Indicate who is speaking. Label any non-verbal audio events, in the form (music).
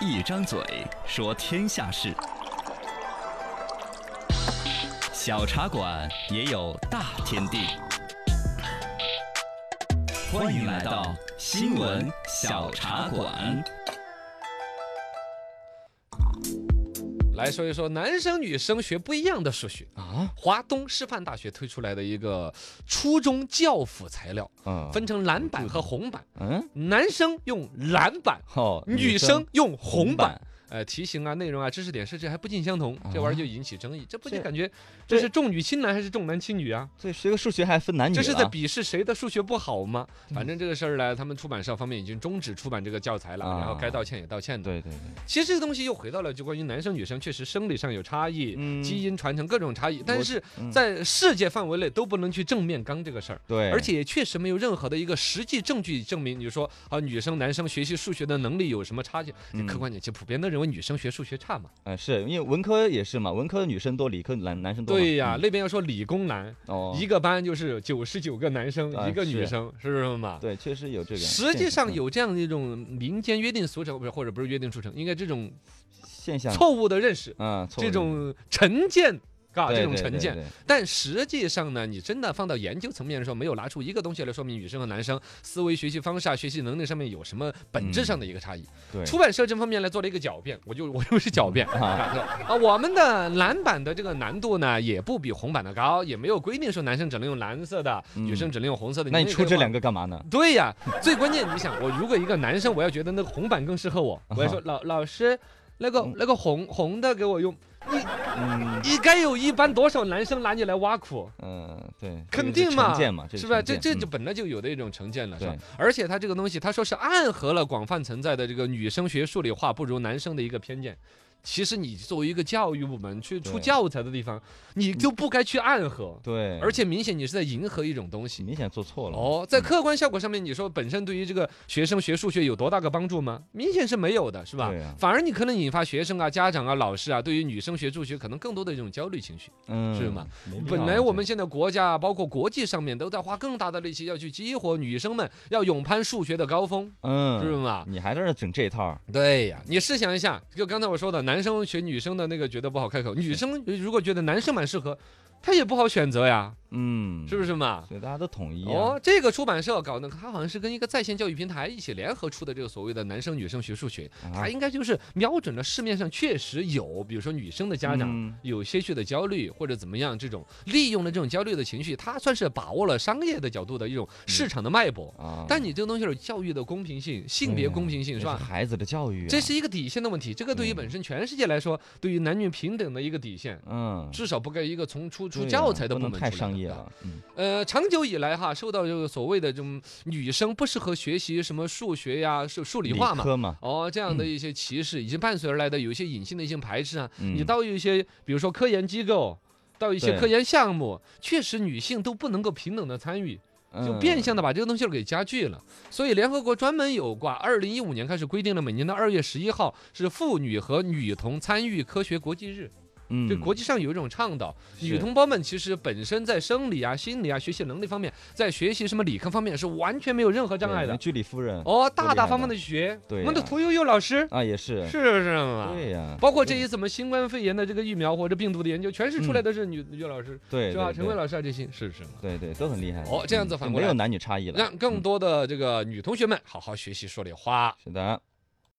Speaker 1: 一张嘴说天下事，小茶馆也有大天地。欢迎来到新闻小茶馆。
Speaker 2: 来说一说男生女生学不一样的数学啊！华东师范大学推出来的一个初中教辅材料，
Speaker 3: 嗯
Speaker 2: 分成蓝版和红版，
Speaker 3: 嗯，
Speaker 2: 男生用蓝版，
Speaker 3: 哦，
Speaker 2: 女生用红
Speaker 3: 红
Speaker 2: 版
Speaker 3: 版。
Speaker 2: 呃，题型啊、内容啊、知识点设置还不尽相同，这玩意儿就引起争议。这不就
Speaker 3: 这
Speaker 2: 感觉这
Speaker 3: 对
Speaker 2: 是重女轻男还是重男轻女啊？
Speaker 3: 所以学个数学还分男女啊
Speaker 2: 这
Speaker 3: 了，
Speaker 2: 是在鄙视谁的数学不好吗？反正这个事儿呢，他们出版社方面已经终止出版这个教材了，
Speaker 3: 啊
Speaker 2: 然后该道歉也道歉的。
Speaker 3: 对对对，
Speaker 2: 其实这个东西又回到了就关于男生女生确实生理上有差异，
Speaker 3: 嗯
Speaker 2: 基因传承各种差异，但是
Speaker 3: 嗯
Speaker 2: 在世界范围内都不能去正面刚这个事儿。
Speaker 3: 对，
Speaker 2: 而且也确实没有任何的一个实际证据证明，你说啊，女生男生学习数学的能力有什么差距？
Speaker 3: 嗯
Speaker 2: 客观点，其实普遍都认为女生学数学差嘛。
Speaker 3: 呃，是因为文科也是嘛，文科的女生多，理科男男生多嘛，
Speaker 2: 对呀，
Speaker 3: 嗯
Speaker 2: 那边要说理工男，
Speaker 3: 哦，
Speaker 2: 一个班就是九十九个男生，
Speaker 3: 啊
Speaker 2: 一个女
Speaker 3: 是
Speaker 2: 生，是不是嘛？
Speaker 3: 对，确实有这个，
Speaker 2: 实际
Speaker 3: 现
Speaker 2: 上
Speaker 3: 嗯
Speaker 2: 有这样的一种民间约定俗成，不是或者不是约定俗成，应该这种
Speaker 3: 现象，
Speaker 2: 错误的认识，
Speaker 3: 嗯，错误
Speaker 2: 这
Speaker 3: 的
Speaker 2: 种成见。啊，
Speaker 3: 对
Speaker 2: 这种
Speaker 3: 对
Speaker 2: 成
Speaker 3: 对
Speaker 2: 见，
Speaker 3: 对
Speaker 2: 但实际上呢，你真的放到研究层面来说，没有拿出一个东西来说明女生和男生思维、学习方式啊、学习能力上面有什么本质上的一个差异。
Speaker 3: 对
Speaker 2: 出版社这方面来做了一个狡辩，我就 (laughs) 我又是狡辩
Speaker 3: (laughs) 啊，
Speaker 2: 啊。我们的蓝版的这个难度呢，也不比红版的高，也没有规定说男生只能用蓝色的，
Speaker 3: 嗯
Speaker 2: 女生只能用红色的。
Speaker 3: 那你出这两
Speaker 2: 个？
Speaker 3: 个干嘛呢？
Speaker 2: 对呀，最关键你想，我如果一个男生，我要觉得那个红版更适合我，
Speaker 3: 啊
Speaker 2: 我要说老老师，那个那个红红的给我用，
Speaker 3: 嗯
Speaker 2: 应该有一般多少男生拿你来挖苦？
Speaker 3: 嗯，对，这
Speaker 2: 肯
Speaker 3: 个是
Speaker 2: 定嘛
Speaker 3: 成见嘛，
Speaker 2: 是
Speaker 3: 是
Speaker 2: 吧？这
Speaker 3: 成
Speaker 2: 这
Speaker 3: 见
Speaker 2: 就
Speaker 3: 嗯
Speaker 2: 本来就有的一种成见了，是吧
Speaker 3: 对？
Speaker 2: 而且它这个东西，他说是暗合了广泛存在的这个女生学数理化不如男生的一个偏见。其实你作为一个教育部门去出
Speaker 3: 对嗯
Speaker 2: 教材的地方，你就不该去暗合，
Speaker 3: 对，
Speaker 2: 而且明显你是在迎合一种东西。
Speaker 3: 明显做错了，嗯
Speaker 2: 哦，在客观效果上面，你说本身对于这个学生学数学有多大个帮助吗？明显是没有的，是吧
Speaker 3: 对啊？
Speaker 2: 反而你可能引发学生啊、家长啊、老师啊，对于女生学数学可能更多的一种焦虑情绪。
Speaker 3: 嗯，
Speaker 2: 是吗
Speaker 3: 没必要啊？
Speaker 2: 本来我
Speaker 3: 这
Speaker 2: 们现在国家包括国际上面都在花更大的力气要去激活女生们要勇攀数学的高峰，是
Speaker 3: 嗯，
Speaker 2: 吗？
Speaker 3: 你还在这整这一套儿，
Speaker 2: 对呀，你试想一下，就刚才我说的，男生学女生的那个觉得不好开口，女生如果觉得男生蛮适合，她也不好选择呀，
Speaker 3: 嗯，
Speaker 2: 是不
Speaker 3: 是？
Speaker 2: 是嘛？
Speaker 3: 所以大家都统一啊，
Speaker 2: 哦，这个出版社搞的，它好像是跟一个在线教育平台一起联合出的这个所谓的男生女生学数学，它
Speaker 3: 啊
Speaker 2: 应该就是瞄准了市面上确实有，比如说女生的家长
Speaker 3: 嗯
Speaker 2: 有些许的焦虑或者怎么样，这种利用了这种焦虑的情绪，它算是把握了商业的角度的一种市场的脉搏。
Speaker 3: 嗯啊，
Speaker 2: 但你这个东西有教育的公平性、性别
Speaker 3: 对呀
Speaker 2: 公平性
Speaker 3: 这
Speaker 2: 是吧？
Speaker 3: 孩子的教育啊，
Speaker 2: 这是一个底线的问题，这个对于
Speaker 3: 嗯
Speaker 2: 本身全世界来说，对于男女平等的一个底线，
Speaker 3: 嗯，
Speaker 2: 至少不该一个从出出
Speaker 3: 对
Speaker 2: 教
Speaker 3: 呀
Speaker 2: 材的
Speaker 3: 不
Speaker 2: 部
Speaker 3: 能
Speaker 2: 门
Speaker 3: 太
Speaker 2: 出来
Speaker 3: 商
Speaker 2: 的
Speaker 3: 业
Speaker 2: 对吧
Speaker 3: 了，嗯，
Speaker 2: 呃，长久以来哈，受到这个所谓的这种女生不适合学习什么数学呀、数数理化嘛。
Speaker 3: 科嗯嘛，
Speaker 2: 哦，这样的一些歧视已经伴随而来的有一些隐性的一些排斥啊。你
Speaker 3: 嗯
Speaker 2: 到一些比如说科研机构，到一些
Speaker 3: 对
Speaker 2: 科研项目，确实女性都不能够平等的参与，就
Speaker 3: 嗯
Speaker 2: 变相的把这个东西给加剧了。所以联合国专门有挂，二零一五年开始规定了每年的二月十一号是妇女和女童参与科学国际日。
Speaker 3: 嗯
Speaker 2: 就国际上有一种倡导，
Speaker 3: 是
Speaker 2: 女同胞们其实本身在生理啊、心理啊、学习能力方面，在学习什么理科方面是完全没有任何障
Speaker 3: 对
Speaker 2: 碍
Speaker 3: 人
Speaker 2: 的。
Speaker 3: 居里夫人
Speaker 2: 哦，大
Speaker 3: 害
Speaker 2: 大方方
Speaker 3: 的
Speaker 2: 的学，
Speaker 3: 对
Speaker 2: 我们的
Speaker 3: 呀
Speaker 2: 屠呦呦老师
Speaker 3: 啊也是，
Speaker 2: 是不是嘛？
Speaker 3: 对呀，
Speaker 2: 包括这一次我们新冠肺炎的这个疫苗或者病毒的研究，全是出
Speaker 3: 嗯
Speaker 2: 来的是女女老师，
Speaker 3: 对
Speaker 2: 是吧？
Speaker 3: 对
Speaker 2: 陈慧
Speaker 3: 对
Speaker 2: 老师啊，这些是不是嘛？
Speaker 3: 对对都很厉害的，
Speaker 2: 哦这样子
Speaker 3: 嗯
Speaker 2: 反
Speaker 3: 就
Speaker 2: 过
Speaker 3: 没有
Speaker 2: 来
Speaker 3: 男女差异了，
Speaker 2: 让更多的这个女同学们好好学习说理话。
Speaker 3: 是的，